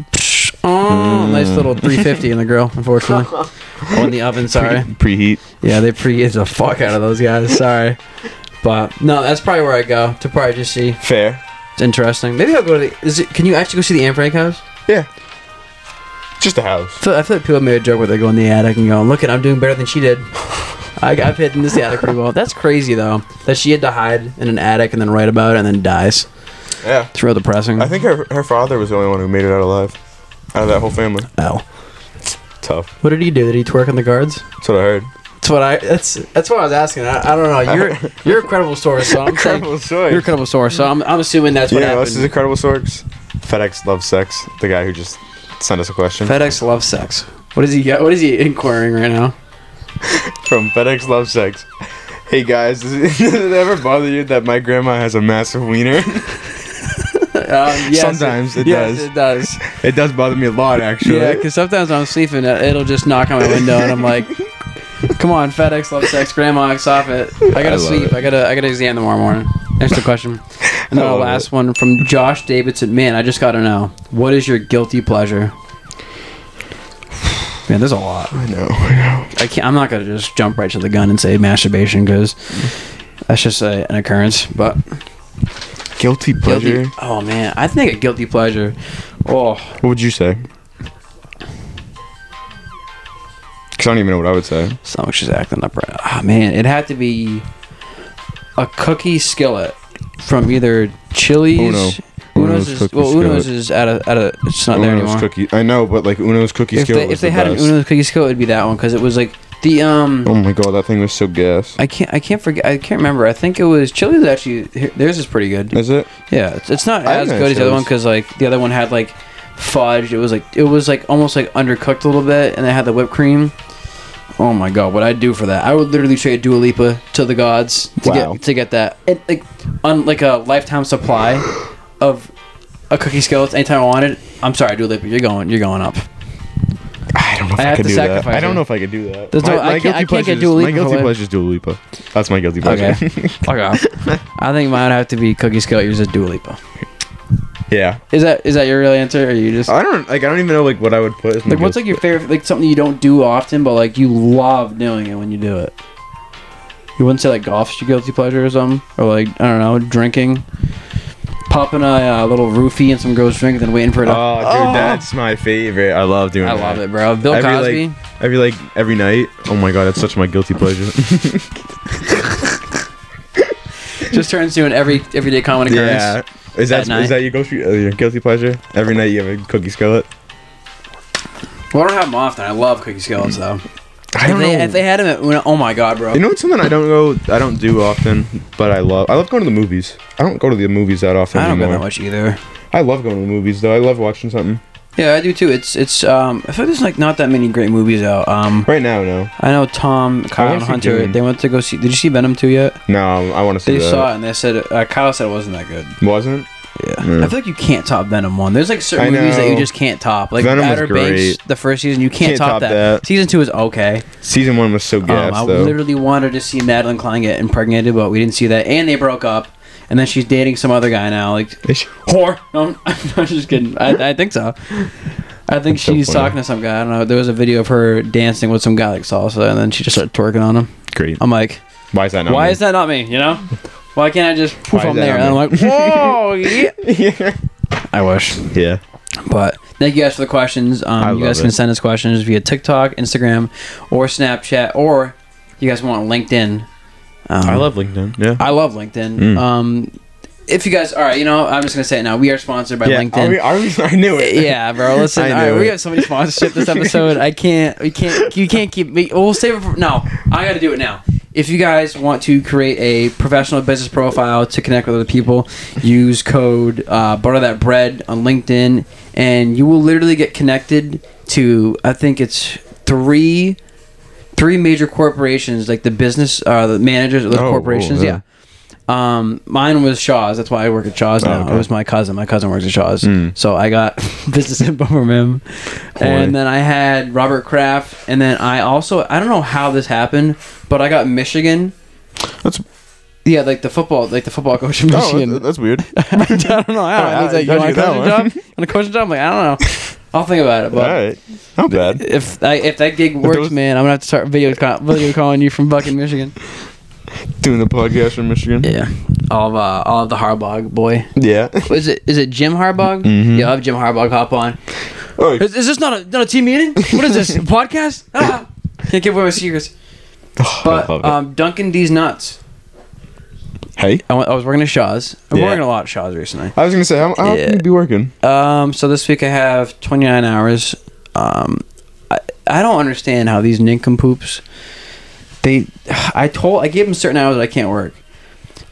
S2: oh, nice little 350 in the grill, unfortunately. or in the oven, sorry.
S1: Pre- preheat.
S2: Yeah, they pre the fuck out of those guys, sorry. But no, that's probably where I go to probably just see.
S1: Fair.
S2: It's interesting. Maybe I'll go to the. Is it, can you actually go see the Anne Frank house?
S1: Yeah. Just a house.
S2: So I feel like people made a joke where they go in the attic and go, "Look at, I'm doing better than she did." I, I've hidden this attic pretty well. That's crazy though that she had to hide in an attic and then write about it and then dies.
S1: Yeah.
S2: It's real depressing.
S1: I think her her father was the only one who made it out alive. Out of that whole family.
S2: Ow.
S1: Tough.
S2: What did he do? Did he twerk on the guards?
S1: That's what I heard.
S2: That's what I. That's that's what I was asking. I, I don't know. You're you're a credible source, so I'm saying
S1: Incredible source.
S2: you're a credible source. So I'm, I'm assuming that's
S1: You
S2: what
S1: know,
S2: happened.
S1: this is incredible source. FedEx loves sex. The guy who just sent us a question
S2: FedEx loves sex. What is he? got- What is he inquiring right now?
S1: from FedEx loves sex. Hey guys, does it, does it ever bother you that my grandma has a massive wiener?
S2: Um, yes,
S1: Sometimes it
S2: yes,
S1: does.
S2: It does.
S1: it does bother me a lot, actually.
S2: Yeah, because sometimes when I'm sleeping, it- it'll just knock on my window, and I'm like, "Come on, FedEx, love sex, Grandma, stop it! I
S1: I
S2: gotta
S1: love
S2: sleep.
S1: it.
S2: I gotta, I gotta exam tomorrow morning." Next question, and then
S1: I
S2: our
S1: love
S2: last one from Josh Davidson. Man, I just gotta know, what is your guilty pleasure? Man, there's a lot.
S1: I know. I
S2: I can't. I'm not gonna just jump right to the gun and say masturbation because that's just a, an occurrence. But
S1: know. Guilty pleasure.
S2: guilty. Oh man, I think a guilty pleasure. Oh,
S1: What would you say? Because I don't even know what I would say.
S2: Stomach she's acting up right. Ah man, it had to be a cookie skillet from either Chili's.
S1: Uno. Uno's
S2: Uno's is
S1: cookie
S2: well, Uno's
S1: skillet.
S2: is out of out of it's not there
S1: Uno's
S2: anymore.
S1: cookie. I know, but like Uno's cookie
S2: if
S1: skillet
S2: they,
S1: was
S2: if they
S1: the
S2: had
S1: best.
S2: an Uno's cookie skillet, it'd be that one because it was like the um.
S1: oh my god, that thing was so gas.
S2: I can't. I can't forget. I can't remember. I think it was Chili's. Actually, here- theirs is pretty good.
S1: Is it?
S2: Yeah, it's, it's not
S1: I
S2: as
S1: haven't
S2: good as the other
S1: had
S2: one because like the other one had like fudge. It was like it was like almost like undercooked a little bit, and they had the whipped cream. Oh my god, what I'd do for that! I would literally trade Dua Lipa to the gods to
S1: Wow.
S2: get to get that it, like on like a lifetime supply of a cookie skillet anytime I wanted. I'm sorry, Dua Lipa, you're going, you're going up.
S1: I don't know if
S2: I
S1: I,
S2: have
S1: can
S2: to
S1: do that.
S2: sacrifice
S1: I don't
S2: it.
S1: know if I could do that.
S2: There's no- I can't- I can't get
S1: pleasures-
S2: Dua Lipa
S1: My
S2: for
S1: guilty
S2: life.
S1: pleasure is Dua Lipa. That's my guilty pleasure.
S2: Okay, fuck off. I think mine would have to be cookie skillet. Yours is Dua Lipa.
S1: yeah.
S2: Is that is that your real answer? Or are you just
S1: I don't like. I don't even know like what I would put. As my
S2: Like, what's
S1: guilty-
S2: like your favorite, like something you don't do often, but like you love doing it when you do it? You wouldn't say like golf's your guilty pleasure or something, or like I don't know, drinking, popping a uh, little roofie in some girl's drink, and then waiting for it. to-
S1: Oh, dude, that's my favorite. I love doing.
S2: I
S1: that.
S2: love it, bro. Bill
S1: every,
S2: Cosby.
S1: Like, every like every night. Oh my god, that's such my guilty pleasure.
S2: just turns to an every everyday common occurrence.
S1: yeah. Is
S2: At
S1: that
S2: night.
S1: is that your guilty uh, your guilty pleasure? Every night you have a cookie skillet.
S2: Well, I don't have them often. I love cookie skeletons though.
S1: I
S2: if, they, if they had them, at, when- oh my god, bro.
S1: You know what's something I don't go I don't do often, but I love I love going to the movies. I don't go to the movies that often
S2: I don't go
S1: anymore.
S2: that much either.
S1: I love going to the movies though. I love watching something.
S2: Yeah, I do too. It's it's um. I feel there's like not that many great movies out. Um,
S1: Right now, no.
S2: I know Tom, Kyle,
S1: wanna
S2: and
S1: see
S2: Hunter.
S1: Dune.
S2: They went to go see. Did you see Venom two yet?
S1: No, I want to see
S2: They
S1: that.
S2: saw it and they said uh, Kyle said it wasn't that good.
S1: Wasn't
S2: Yeah.
S1: Yeah.
S2: I feel like you can't top Venom one. There's like certain
S1: I
S2: movies that you
S1: know.
S2: just can't top. Like
S1: Venom was
S2: Outer Banks,
S1: great.
S2: the first season, you can't,
S1: Can't
S2: top,
S1: top
S2: that.
S1: that.
S2: Season two is okay.
S1: season one was so
S2: Um,
S1: gas
S2: I
S1: though.
S2: literally wanted to see Madeline Klein get impregnated, but we didn't see that, and they broke up. And then she's dating some other guy now. Like
S1: Is she-
S2: whore. No, I'm, I'm just kidding. I, I think so. I think
S1: That's so
S2: she's
S1: funny.
S2: talking to some guy. I don't know. There was a video of her dancing with some guy like salsa, and then she just started twerking on him.
S1: Great.
S2: I'm like,
S1: Why is that not?
S2: why
S1: me?
S2: is that not me? You know, why can't I just poof
S1: Why is
S2: on
S1: that
S2: there? And I'm
S1: not
S2: like, whoa, yeah. I wish.
S1: Yeah.
S2: But thank you guys for the questions.
S1: I
S2: Um, you guys
S1: love
S2: can
S1: it.
S2: send us questions via TikTok, Instagram, or Snapchat, or if you guys want LinkedIn. Um,
S1: I love LinkedIn. Mm. Yeah.
S2: I love LinkedIn.
S1: Mm.
S2: Um, if you guys, all right, you know, I'm just gonna say it now. We are sponsored by
S1: yeah.
S2: LinkedIn.
S1: Are we, are we, I knew it.
S2: yeah, bro. Listen,
S1: I
S2: all right,
S1: knew
S2: we
S1: it.
S2: have so many sponsorship this episode. I can't, we can't, you can't keep me. We'll save it for no. I got to do it now. If you guys want to create a professional business profile to connect with other people, use code uh, butter that bread on LinkedIn, and you will literally get connected to. I think it's three, three major corporations, like the business, uh, the managers of the
S1: Oh,
S2: corporations.
S1: cool,
S2: yeah.
S1: yeah.
S2: Um, mine was Shaw's. That's why I work at Shaw's
S1: Oh,
S2: now.
S1: okay.
S2: It was my cousin. My cousin works at Shaw's,
S1: Hmm.
S2: so I got business info from him. And then I had Robert Kraft, and then I also I don't know how this happened, but I got Michigan.
S1: That's,
S2: Yeah, like the football, like the football coach in Michigan.
S1: oh, that's weird.
S2: I don't know how.
S1: Oh, I-
S2: He's like, you
S1: how'd
S2: want a
S1: you get that
S2: coaching
S1: one?"
S2: job? Want a coaching job? I'm like, I don't know. I'll think about
S1: All
S2: it. But
S1: right. Not bad.
S2: if I, if that gig works,
S1: those-
S2: man, I'm gonna have to start video call, video calling you from fucking Michigan.
S1: Doing the podcast from Michigan.
S2: Yeah, all of uh, all of the Harbaugh boy.
S1: Yeah.
S2: What Is it is it Jim Harbaugh?
S1: Mhm.
S2: Yeah, I'll have Jim Harbaugh hop on.
S1: Oh,
S2: Is, is this not a not a team meeting? What is this? A podcast? Ah, can't give away my secrets. But
S1: love it.
S2: um, Duncan D's nuts.
S1: hey.
S2: I, went, I was working at Shaw's. I'm
S1: Yeah.
S2: working a lot at Shaw's recently.
S1: I was gonna say, how, how
S2: Yeah.
S1: can you be working?
S2: Um, so this week I have 29 hours. Um, I, I don't understand how these nincompoops. They, I told I gave them certain hours that I can't work,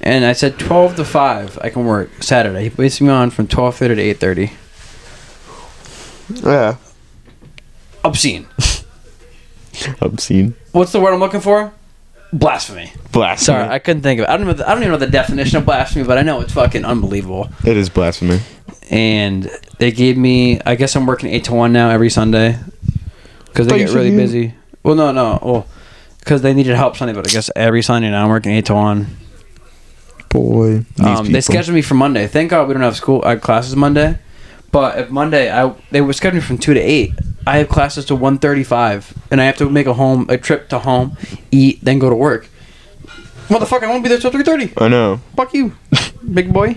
S2: and I said 12 to 5 I can work Saturday. He puts me on from 12:30 to 8:30.
S1: Yeah,
S2: Obscene.
S1: obscene.
S2: What's the word I'm looking for? Blasphemy.
S1: Blasphemy.
S2: Sorry, I couldn't think of it. I don't know. The, I don't even know the definition of blasphemy, but I know it's fucking unbelievable.
S1: it is blasphemy.
S2: And they gave me. I guess I'm working eight to one now every Sunday because
S1: But
S2: they
S1: you
S2: get
S1: should
S2: really
S1: be-
S2: busy. Well, no, no. Well, because they needed help Sunday, but I guess every Sunday now I'm working eight to one.
S1: Boy,
S2: Um, they scheduled me for Monday. Thank God we don't have school uh, classes Monday. But if Monday, I they were scheduled me from two to eight. I have classes to 1.35, and I have to make a home a trip to home, eat, then go to work. Motherfucker, I won't be there till three thirty.
S1: I know,
S2: Fuck you, big boy.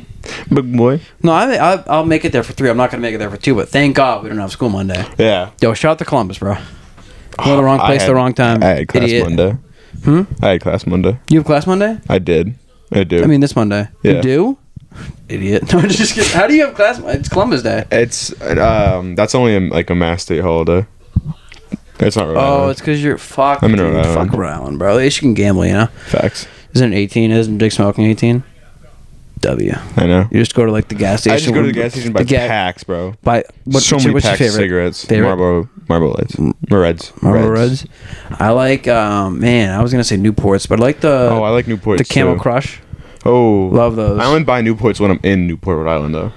S1: big boy.
S2: No, I, I I'll make it there for three. I'm not gonna make it there for two. But thank God we don't have school Monday.
S1: Yeah.
S2: Yo, shout out to Columbus, bro. Go to the wrong
S1: I
S2: place,
S1: had-
S2: the wrong time.
S1: I had class
S2: idiot.
S1: Monday.
S2: Hmm?
S1: I had class Monday.
S2: You have class Monday?
S1: I did. I do.
S2: I mean, this Monday.
S1: Yeah.
S2: You do? Idiot. No, I'm just kidding. How do you have class? Mon- It's Columbus Day.
S1: it's um that's only a, like a mass state holiday. It's not really.
S2: Oh, it's because you're fuck.
S1: I'm in
S2: dude,
S1: Rhode Island.
S2: Fuck Rhode Island, bro. At least you can gamble, you know.
S1: facts.
S2: Isn't it 18? Isn't Dick smoking 18? W.
S1: I know.
S2: You just go to like the gas station.
S1: I just go to the
S2: with-
S1: gas station by
S2: ga-
S1: packs, bro.
S2: By what,
S1: so
S2: what's
S1: many
S2: your- what's your
S1: packs of
S2: favorite?
S1: cigarettes.
S2: Favorite?
S1: Marlboro, Marlboro Lights, Or Reds,
S2: Marlboro Reds. I like, um, man, I was gonna say Newports, but I like the
S1: Oh, I like Newports
S2: Uh, the Camel
S1: too.
S2: Crush.
S1: Oh,
S2: Love those.
S1: I only buy Newports when I'm in Newport, Rhode Island, though.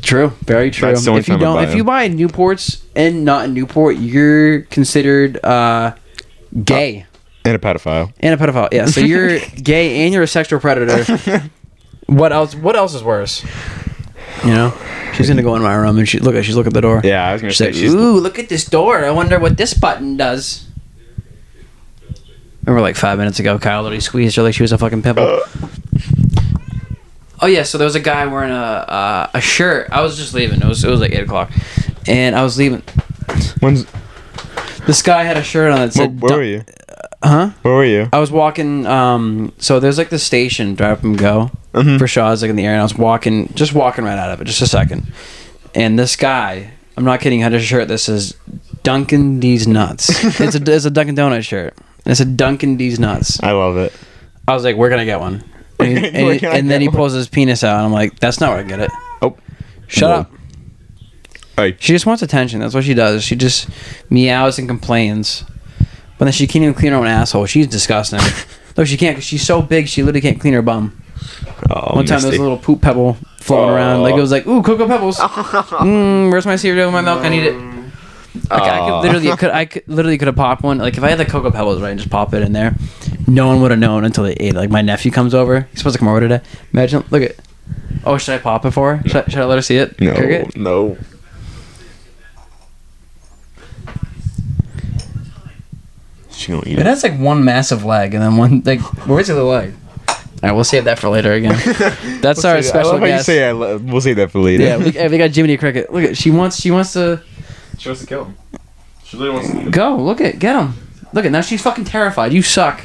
S2: True, very true.
S1: That's the only
S2: if you
S1: time I
S2: don't,
S1: buy
S2: if you
S1: them.
S2: buy Newports and not in Newport, you're considered uh, gay.
S1: And a pedophile.
S2: and a pedophile. Yeah, so you're gay and you're a sexual predator. what else? What else is worse? You know, she's gonna go in my room and she look. She's looking at the door.
S1: Yeah, I was gonna
S2: She's
S1: say
S2: like,
S1: she's.
S2: "Ooh, look at this door. I wonder what this button does." Remember, like five minutes ago, Kyle literally squeezed her like she was a fucking
S1: Uh.
S2: pimple. oh yeah, so there was a guy wearing a uh, a shirt. I was just leaving. It was it was like eight o'clock, and I was leaving.
S1: When's,
S2: This guy had a shirt on that
S1: where,
S2: said,
S1: where
S2: "Dun-
S1: were you?
S2: Huh?
S1: Where were you?
S2: I was walking. Um, so there's like the station drive from go for Shaw's like in the area, and I was walking, just walking right out of it, just a second. And this guy, I'm not kidding, had a shirt that says Dunkin' D's Nuts. it's a it's a Dunkin' Donut shirt. And It said Dunkin' D's Nuts.
S1: I love it.
S2: I was like, where can I get one? And, he-
S1: Where
S2: and, he-
S1: can I get
S2: and then he
S1: one?
S2: pulls his penis out, and I'm like, that's not where I get it.
S1: Oh,
S2: Shut
S1: Whoa.
S2: up.
S1: hey,
S2: She just wants attention. That's what she does. She just meows and complains. But then she can't even clean her own asshole. She's disgusting. no, she can't because she's so big. She literally can't clean her bum.
S1: oh,
S2: One time there was a little poop pebble floating around. Like it was like, ooh, cocoa pebbles. mm, where's my cereal? My milk? I need it. Like, I could literally could I could, literally could have popped one. Like if I had the cocoa pebbles right and just pop it in there, no one would have known until they ate. it. Like my nephew comes over. He's supposed to come over today. Imagine, look at. Oh, should I pop it for her? Should I, should I let her see it?
S1: No,
S2: Cricket?
S1: no. She gonna eat
S2: It
S1: it.
S2: has like one massive leg and then one like where's the other leg? All right, we'll save that for later again. That's our
S1: I
S2: special
S1: love how you
S2: guest.
S1: say I lo- we'll save that for later.
S2: yeah, we, hey, we got Jiminy Cricket. Look at she wants she wants to
S1: she wants to kill him. She literally wants to
S2: go. Look at get him. Look at now she's fucking terrified. You suck.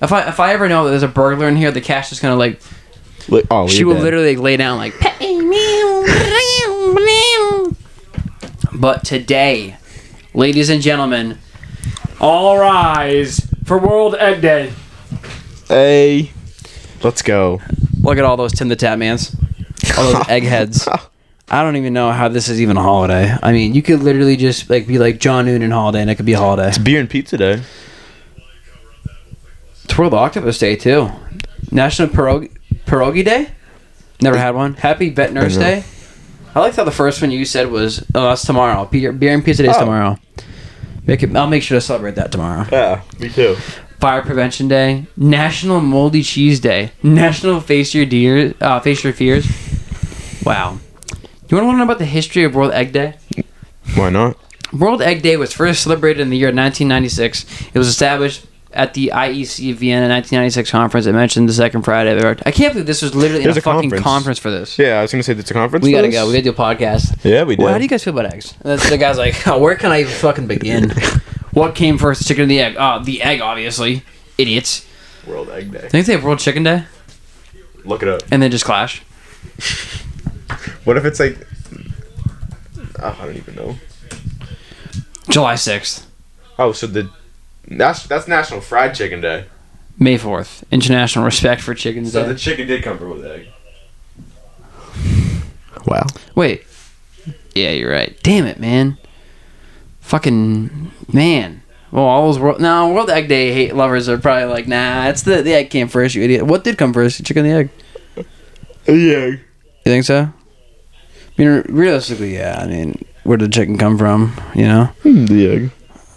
S2: If I if I ever know that there's a burglar in here, the cat's just gonna like
S1: Like, oh,
S2: she
S1: you're
S2: will
S1: dead.
S2: literally like, lay down like. "Pet me, meow, meow, meow." but today, ladies and gentlemen, all rise for World Egg Day.
S1: Hey, let's go.
S2: Look at all those Tim the Tap Mans. All those eggheads. I don't even know how this is even a holiday. I mean, you could literally just like be like John Noonan holiday, and it could be a holiday.
S1: Beer and pizza day.
S2: It's World Octopus Day too. National Pierogi, Pierogi Day. Never had one. Happy Vet Nurse
S1: I know.
S2: Day. I liked how the first one you said was oh that's tomorrow. Beer, beer and pizza day is
S1: Oh.
S2: tomorrow. Make it, I'll make sure to celebrate that tomorrow.
S1: Yeah, me too.
S2: Fire Prevention Day, National Moldy Cheese Day, National Face Your Deer, uh, Face Your Fears. Wow. You want to learn about the history of World Egg Day?
S1: Why not?
S2: World Egg Day was first celebrated in the year 1996. It was established
S4: at the IEC Vienna 1996 conference. I mentioned the second Friday. of every- I can't believe this was literally in
S1: There's
S4: a,
S1: a
S4: fucking
S1: conference.
S4: conference. for this.
S1: Yeah, I was gonna say that's a conference.
S4: We
S1: for
S4: gotta
S1: this?
S4: go. We gotta do a podcast.
S1: Yeah, we
S4: Well,
S1: did.
S4: how do you guys feel about eggs? And that's the guy's like, oh, where can I even fucking begin? what came first, the chicken or the egg? Oh, the egg, obviously. Idiots.
S1: World Egg Day.
S4: Think they have World Chicken Day
S1: Look it up.
S4: and then just clash.
S1: What if it's like? Oh, I don't even know.
S4: July 6th,
S1: Oh, so the that's that's National Fried Chicken Day.
S4: May 4th, International Respect for Chicken Day.
S1: So the chicken did come from with egg. Wow.
S4: Wait. Yeah, you're right. Damn it, man. Fucking man. Well, all those world no World Egg Day hate lovers are probably like, nah, it's the the egg came first, you idiot. What did come first, the chicken or the egg?
S1: Yeah.
S2: You think so? I mean, realistically, yeah. I mean, where did the chicken come from? You know.
S1: The egg.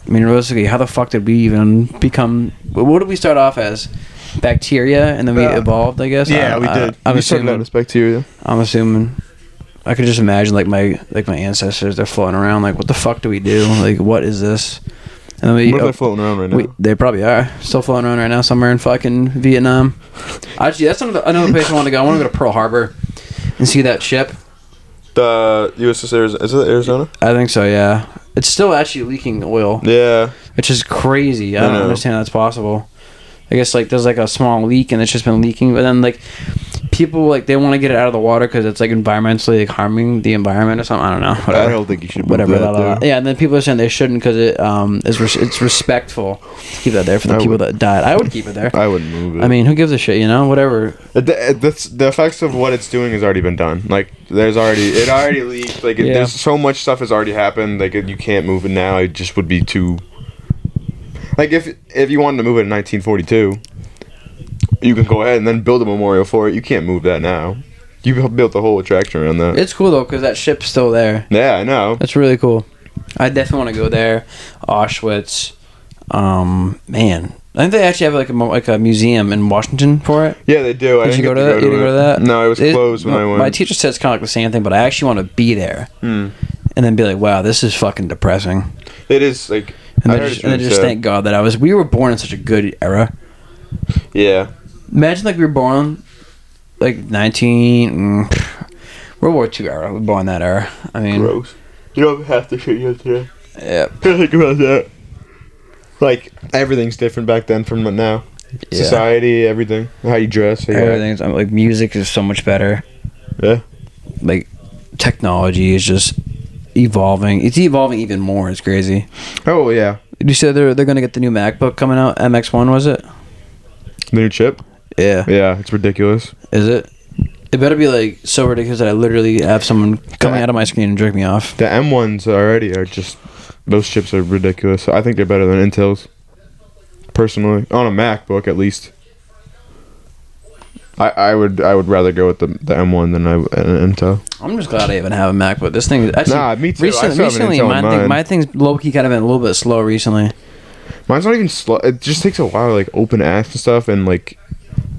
S2: I mean, realistically, how the fuck did we even become? wh- What did we start off as? Bacteria, and then we
S1: Uh,
S2: evolved. I guess. I- Uh, I- I'm assuming.
S1: bacteria.
S2: I'm assuming. I could just imagine like my like my ancestors. They're floating around. Like, what the fuck do we do? Like, what is this? And then we.
S1: What if
S2: oh,
S1: they're floating around right now?
S2: we- they probably are still floating around right now somewhere in fucking Vietnam. Actually, that's another, another place I want to go. I want to go to Pearl Harbor and see that ship.
S1: The USS Arizona. Is it Arizona?
S2: I think so. Yeah, it's still actually leaking oil.
S1: Yeah.
S2: which is crazy. I
S1: I
S2: don't
S1: know.
S2: understand how that's possible. I guess like there's like a small leak and it's just been leaking, but then like people like they want to get it out of the water because it's like environmentally like harming the environment or something. I don't know. Whatever.
S1: think you should. move
S2: Whatever.
S1: that,
S2: blah, blah,
S1: though.
S2: blah. Yeah, and then people are saying they shouldn't because it um is res- it's respectful. Keep that there for the
S1: I
S2: people
S1: would-
S2: that died. I would keep it there.
S1: I wouldn't move it.
S2: I mean, who gives a shit? You know, whatever.
S1: It- The, it- that's, the effects of what it's doing has already been done. Like, there's already it already leaked. Like, it,
S2: Yeah.
S1: there's so much stuff has already happened. Like, you can't move it now. It just would be too. Like, if if you wanted to move it in 1942, you can go ahead and then build a memorial for it. You can't move that now. You bu- built the whole attraction around that.
S2: It's cool though because that ship's still there.
S1: yeah, I know.
S2: That's really cool. I definitely want to go there. Auschwitz. Um, man, I think they actually have like a mo- like a museum in Washington for it.
S1: Yeah, they do. I
S2: Did you go
S1: get
S2: to that? You didn't go to that?
S1: No, it was closed when
S2: my,
S1: I went. Hmm.
S2: My teacher said it's kind of like the same thing, but I actually want to be there and then be like, "Wow, this is fucking depressing."
S1: it is like.
S2: And
S1: I
S2: then
S1: heard
S2: just,
S1: it's
S2: and then
S1: really
S2: just
S1: sad.
S2: thank God that I was. We were born in such a good era.
S1: Yeah.
S2: Imagine like we were born like nineteen mm, World War II era. We were born that era. I mean,
S1: Gross. You don't have to shit you today.
S2: yeah,
S1: think about that. Like everything's different back then from now.
S2: Yeah.
S1: Society, everything, how you dress, how you act.
S2: everything's like music is so much better.
S1: Yeah.
S2: Like technology is just evolving. It's evolving even more. It's crazy.
S1: Oh yeah,
S2: You said they're they're gonna get the new MacBook coming out. MX One was it?
S1: the new chip.
S2: Yeah.
S1: Yeah, it's ridiculous.
S2: Is it? It better be like so ridiculous that I literally have someone coming out of my screen and jerk me off.
S1: The M ones already are just those chips are ridiculous. I think they're better than Intel's, personally, on a MacBook at least. I, I would I would rather go with the, the M1 than I an Intel.
S2: I'm just glad I even have a MacBook. This thing is actually
S1: Nah, me too. I
S2: recently,
S1: still have an
S2: recently
S1: Intel
S2: my,
S1: in
S2: thing,
S1: mine.
S2: my thing's low key kind of been a little bit slow recently.
S1: Mine's not even slow. It just takes a while, to, like open apps and stuff, and like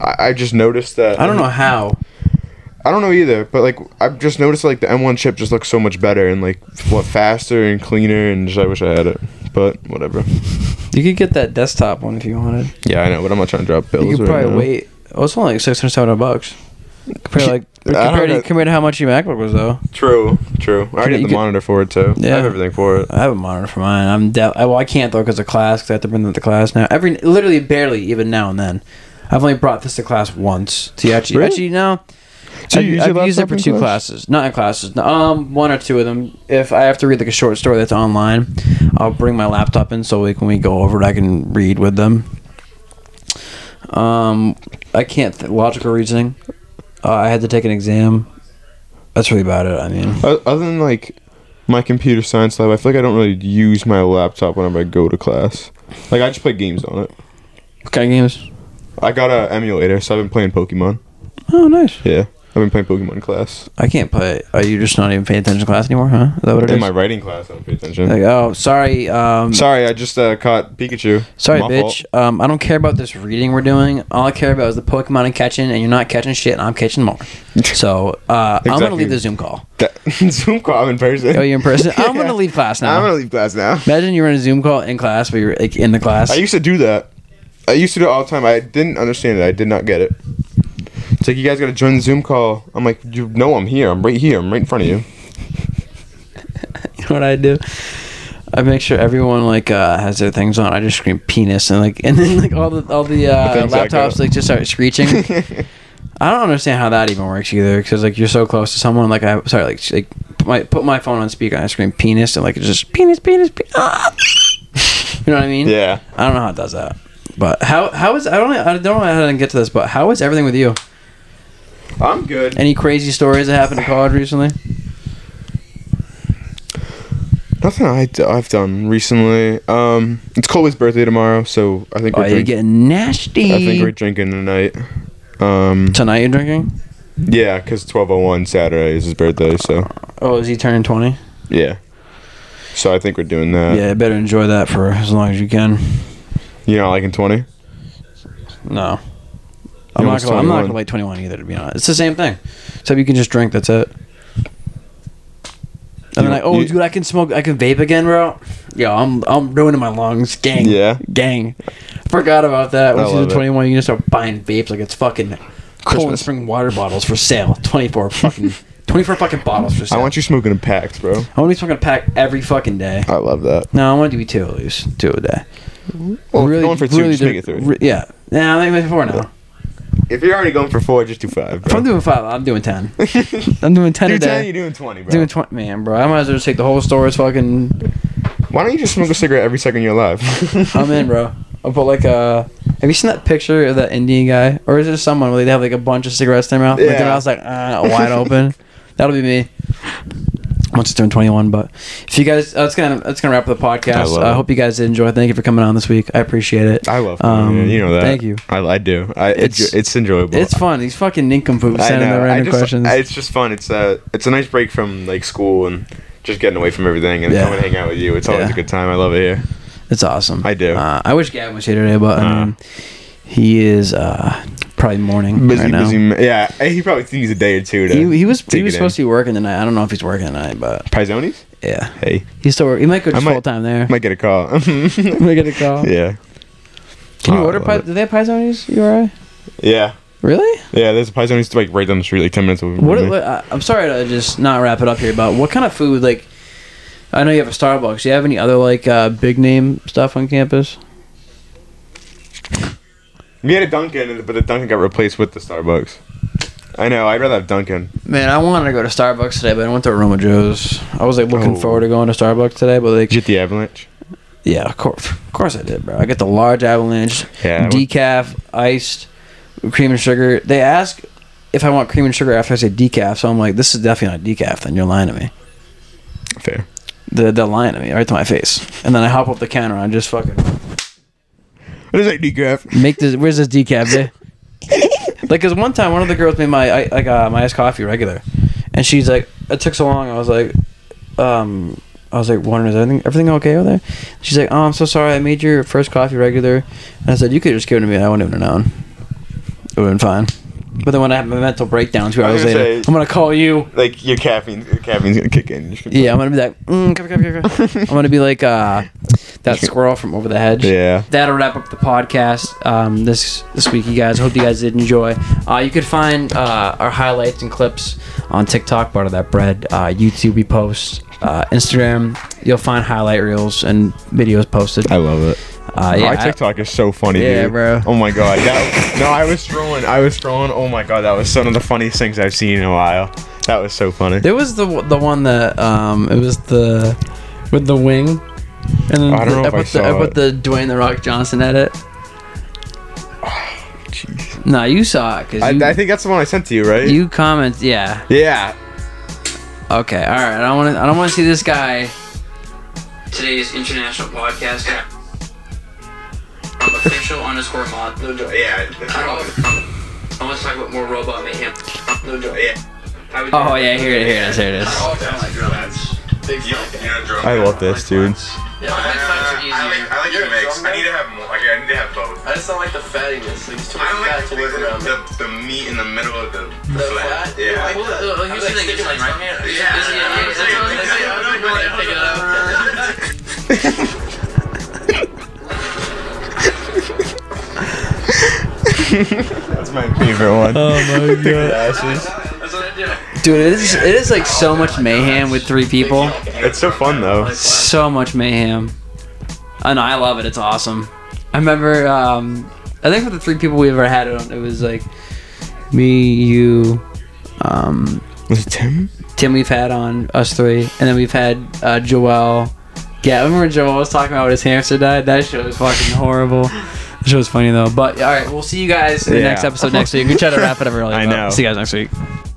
S1: I, I just noticed that
S2: I don't know how.
S1: I don't know either, but like I've just noticed like the M1 chip just looks so much better and like what faster and cleaner and just I wish I had it. But whatever.
S2: You could get that desktop one if you wanted.
S1: Yeah, I know, but I'm not trying to drop bills.
S2: You could
S1: right
S2: probably
S1: now.
S2: wait. Oh, it's only like six hundred, seven hundred bucks. Compared like
S1: I don't
S2: compared to,
S1: know.
S2: compared to how much your MacBook was though.
S1: True, true. I already
S2: you
S1: have the
S2: could-
S1: monitor for it too. I
S2: Yeah.
S1: have everything for it.
S2: I have a monitor for mine. I'm de- I, well, I can't though because of class. 'cause I have to bring that to class now. Every literally barely even now and then. I've only brought this to class once. To actually,
S1: Really?
S2: actually no.
S1: So
S2: I've,
S1: you use your
S2: I've used it
S1: laptop
S2: for
S1: in
S2: two
S1: class?
S2: classes, not in classes. No, um, one or two of them. If I have to read like a short story that's online, I'll bring my laptop in so like when we go over it, I can read with them. Um, I can't th- logical reasoning. Uh, I had to take an exam. That's really about it. I mean.
S1: O- Other than like my computer science lab, I feel like I don't really use my laptop whenever I go to class. Like I just play games on it.
S2: What kind of games?
S1: I got a emulator, so I've been playing Pokemon.
S2: Oh, nice.
S1: Yeah, I've been playing Pokemon in class.
S2: I can't play. Are you just not even paying attention to class anymore, huh? Is that what it is?
S1: In my writing class, I don't pay attention.
S2: like, oh, sorry. Um,
S1: Sorry, I just uh, caught Pikachu.
S2: sorry,
S1: My fault.
S2: bitch. Um, I don't care about this reading we're doing. All I care about is the Pokemon I'm catching, and you're not catching shit, and I'm catching more. So uh, I'm gonna
S1: Exactly.
S2: leave the Zoom call.
S1: That, Zoom call I'm in person.
S2: Oh, you're in person. I'm
S1: Yeah.
S2: gonna leave class now.
S1: I'm gonna leave class now.
S2: Imagine you're in a Zoom call in class, but you're like in the class.
S1: I used to do that. I used to do it all the time. I didn't understand it. I did not get it. It's like you guys got to join the Zoom call. I'm like, you know, I'm here. I'm right here. I'm right in front of you.
S2: You know what I do? I make sure everyone like uh, has their things on. I just scream penis and like and then like all the all the, uh,
S1: The things that
S2: laptops
S1: go-
S2: like just start screeching. I don't understand how that even works either because like you're so close to someone like I sorry like sh- like put my put my phone on speaker and I scream penis and like it's just penis penis penis. you know what I mean?
S1: yeah.
S2: I don't know how it does that. But how how is I don't I don't know how to get to this. But how is everything with you?
S1: I'm good.
S2: Any crazy stories that happened to college recently?
S1: Nothing I d- I've done recently. Um, it's Colby's birthday tomorrow, so I think
S2: Oh,
S1: we're
S2: you're
S1: drink-
S2: getting nasty.
S1: I think we're drinking tonight. Um,
S2: Tonight you're drinking?
S1: yeah, because 1201 Saturday is his birthday, so
S2: Oh, is he turning twenty?
S1: yeah. So I think we're doing that.
S2: Yeah, better enjoy that for as long as you can.
S1: You know, like in 20.
S2: No. I'm
S1: almost
S2: not, gonna, I'm
S1: 21.
S2: not gonna wait 21 either, to be honest. It's the same thing. Except you can just drink, that's it. And then
S1: You-
S2: like, oh,
S1: you-
S2: dude, I can smoke, I can vape again, bro. Yo, I'm I'm ruining my lungs, gang.
S1: Yeah.
S2: gang. Forgot about that. Once you
S1: love
S2: do
S1: it.
S2: 21, you can just start buying vapes like it's fucking cold and
S1: Christmas.
S2: spring water bottles for sale. 24 fucking 24 fucking bottles for sale.
S1: I want you smoking in packs, bro.
S2: I want to be smoking a pack every fucking day.
S1: I love that.
S2: No, I want it to be two at least, two a day.
S1: Well, if you're going for two, just
S2: do-
S1: make it three.
S2: re- yeah. Nah, I'm making four now.
S1: If you're already going for four, just do five.
S2: If
S1: Bro.
S2: I'm doing five, I'm doing ten. I'm doing ten a
S1: You're
S2: day.
S1: 10, you're doing 20, bro.
S2: doing twenty, man, bro. I might as well just take the whole store. It's fucking.
S1: Why don't you just smoke a cigarette every second of your life?
S2: I'm in, bro. I'll put like a. Have you seen that picture of that Indian guy, or is it someone where they have like a bunch of cigarettes in their mouth, like
S1: Yeah.
S2: their mouth's like uh, wide open? That'll be me. Once I turn 21, but if you guys, that's gonna that's gonna wrap up the
S1: I
S2: podcast.
S1: love
S2: I
S1: it.
S2: hope you guys did enjoy. Thank you for coming on this week. I appreciate it.
S1: I love
S2: Um,
S1: um, you know that.
S2: thank you.
S1: I, I do. I, it's,
S2: It's-
S1: it's, enjoyable.
S2: It's fun. These fucking nincompoops
S1: I
S2: sending
S1: know.
S2: the
S1: I
S2: random
S1: just-
S2: questions.
S1: I- it's just fun. It's a it's a nice break from like school and just getting away from everything and
S2: Yeah.
S1: coming hang out with you. It's always
S2: Yeah.
S1: a good time. I love it here.
S2: It's awesome.
S1: I do. Uh-huh.
S2: Uh, I wish Gavin was here today, but I mean, he is uh, probably mourning
S1: Busy,
S2: right now.
S1: busy. ma- Yeah, eh, he probably needs a day or two to.
S2: He, he was he
S1: Take
S2: was
S1: it
S2: supposed to be working tonight. I don't know if he's working tonight, but
S1: Pizoni's?
S2: yeah,
S1: Hey,
S2: he's still work- he might go just
S1: might-
S2: full time there.
S1: might get a call.
S2: Might get a call.
S1: yeah,
S2: Can you
S1: Oh, I
S2: order
S1: love
S2: pie?
S1: it.
S2: Do they have Pizonis? You alright?
S1: yeah,
S2: Really?
S1: yeah. There's a Pizoni's like right down the street, like ten minutes away. from
S2: What?
S1: me.
S2: what I, I'm sorry to just not wrap it up here, but what kind of food like? I know you have a Starbucks. Do you have any other like uh, big name stuff on campus?
S1: We had a Dunkin', but the Dunkin' got replaced with the Starbucks. I know. I'd rather have Dunkin'.
S2: Man, I wanted to go to Starbucks today, but I went to Aroma Joe's. I was like looking
S1: Oh.
S2: forward to going to Starbucks today, but like
S1: Did you get the Avalanche?
S2: Yeah, of course, of course I did, bro. I get the large avalanche,
S1: Yeah, I went-
S2: decaf, iced, cream and sugar. They ask if I want cream and sugar after I say decaf, so I'm like, this is definitely not decaf. Then you're lying to me.
S1: Fair.
S2: They're, they're lying to me right to my face. And then I hop up the counter and I just fucking
S1: What is that decaf?
S2: make this. Where's this decaf? Day? like, cause one time one of the girls made my I, like uh, my iced coffee regular, and she's like, it took so long. I was like, um, I was like, wondering is everything everything okay over there? She's like, oh, I'm so sorry. I made your first coffee regular, and I said you could just give it to me. and I wouldn't even have known. It would have been fine. But then when I had my mental breakdown two
S1: I was
S2: hours
S1: gonna
S2: later,
S1: say-
S2: I'm gonna call you.
S1: Like your caffeine, your caffeine's gonna kick in.
S2: Yeah, I'm gonna be like, mm, cup, cup, cup, cup. I'm gonna be like uh, that squirrel from Over the Hedge
S1: Yeah.
S2: that'll wrap up the podcast um, this this week, you guys. Hope you guys did enjoy. Uh, you could find uh, our highlights and clips on TikTok, Butter That Bread, uh, YouTube, we post, uh, Instagram. You'll find highlight reels and videos posted.
S1: I love it.
S2: Uh, yeah,
S1: Our
S2: I-
S1: Oh, TikTok is so funny,
S2: Yeah,
S1: dude.
S2: bro.
S1: Oh my god. That, no, I was scrolling. I was scrolling. Oh my god, that was some of the funniest things I've seen in a while. That was so funny.
S2: there was the the one that um, it was the with the wing. And then
S1: I don't know
S2: the,
S1: if I
S2: put the,
S1: saw
S2: put the Dwayne the Rock Johnson edit. Nah, you
S1: Oh,
S2: saw it
S1: I,
S2: because you,
S1: I think that's the one I sent to you, right?
S2: you comment. Yeah.
S1: yeah.
S2: Okay, all right. I don't want to. I don't want to see this guy. Today's international podcaster. official underscore mod. No joke.
S1: Yeah.
S5: I want to talk about more robot mayhem. No joke.
S2: Oh yeah, here it, here it is, here it is.
S1: I love this, dude.
S5: I
S6: like the mix. I need to have more. Like, I need to have both.
S5: just don't like the fattiness. Like, it's too
S6: I
S5: much
S6: don't
S5: fat
S6: like
S5: to
S6: the,
S5: work around.
S6: the, the, meat in the middle of the, the
S5: The
S6: flat.
S5: flat?
S6: Yeah.
S5: Well, uh, here's the thing, it's like, right? Yeah, yeah, yeah, that's what
S1: That's
S5: I'm saying. I'm not gonna pick it up.
S1: my favorite one.
S7: Oh my god.
S1: Ashes.
S8: That's what I do.
S2: Dude, it is, it is like so much mayhem with three people.
S1: It's so fun though.
S2: So much mayhem. I know, I love it. It's awesome. I remember, um, I think for the three people we ever had it on, it was like me, you, um,
S1: Was it Tim?
S2: Tim we've had on, us three, and then we've had uh, Joel. Yeah, I remember when Joel was talking about when his hamster died. That shit was fucking horrible. That shit was funny though. But all right, we'll see you guys in the
S1: Yeah.
S2: next episode next week. We try to wrap it up early.
S1: I
S2: but
S1: know.
S2: See you guys next week.